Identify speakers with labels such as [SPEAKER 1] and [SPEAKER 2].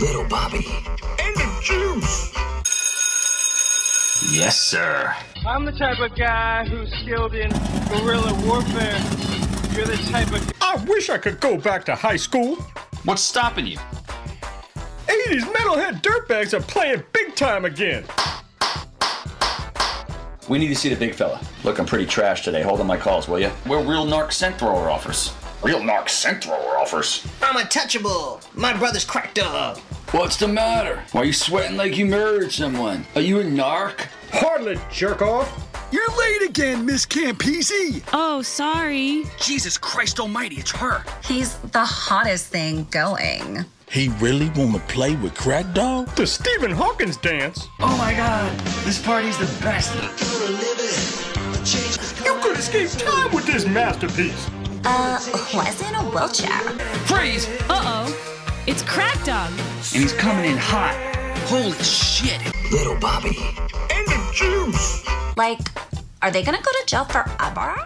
[SPEAKER 1] Little Bobby.
[SPEAKER 2] And the juice.
[SPEAKER 1] Yes, sir.
[SPEAKER 3] I'm the type of guy who's skilled in guerrilla warfare. You're the type of.
[SPEAKER 4] I wish I could go back to high school.
[SPEAKER 1] What's stopping you?
[SPEAKER 4] 80s metalhead dirtbags are playing big time again.
[SPEAKER 5] We need to see the big fella. Looking pretty trash today. Hold on my calls, will you? We're real narc scent thrower offers. Real narc scent thrower offers.
[SPEAKER 6] I'm untouchable. My brother's cracked up.
[SPEAKER 5] What's the matter? Why are you sweating like you murdered someone? Are you a narc?
[SPEAKER 4] Hardly jerk off.
[SPEAKER 7] You're late again, Miss Campisi.
[SPEAKER 8] Oh, sorry.
[SPEAKER 9] Jesus Christ Almighty, it's her.
[SPEAKER 10] He's the hottest thing going.
[SPEAKER 7] He really wanna play with Crack Dog?
[SPEAKER 4] The Stephen Hawkins dance.
[SPEAKER 5] Oh my god, this party's the best.
[SPEAKER 4] You could escape time with this masterpiece.
[SPEAKER 10] Uh, was in a wheelchair.
[SPEAKER 5] Freeze!
[SPEAKER 8] Uh-oh. It's Crack Dog.
[SPEAKER 5] And he's coming in hot. Holy shit.
[SPEAKER 1] Little Bobby.
[SPEAKER 2] And the juice.
[SPEAKER 10] Like, are they gonna go to jail forever?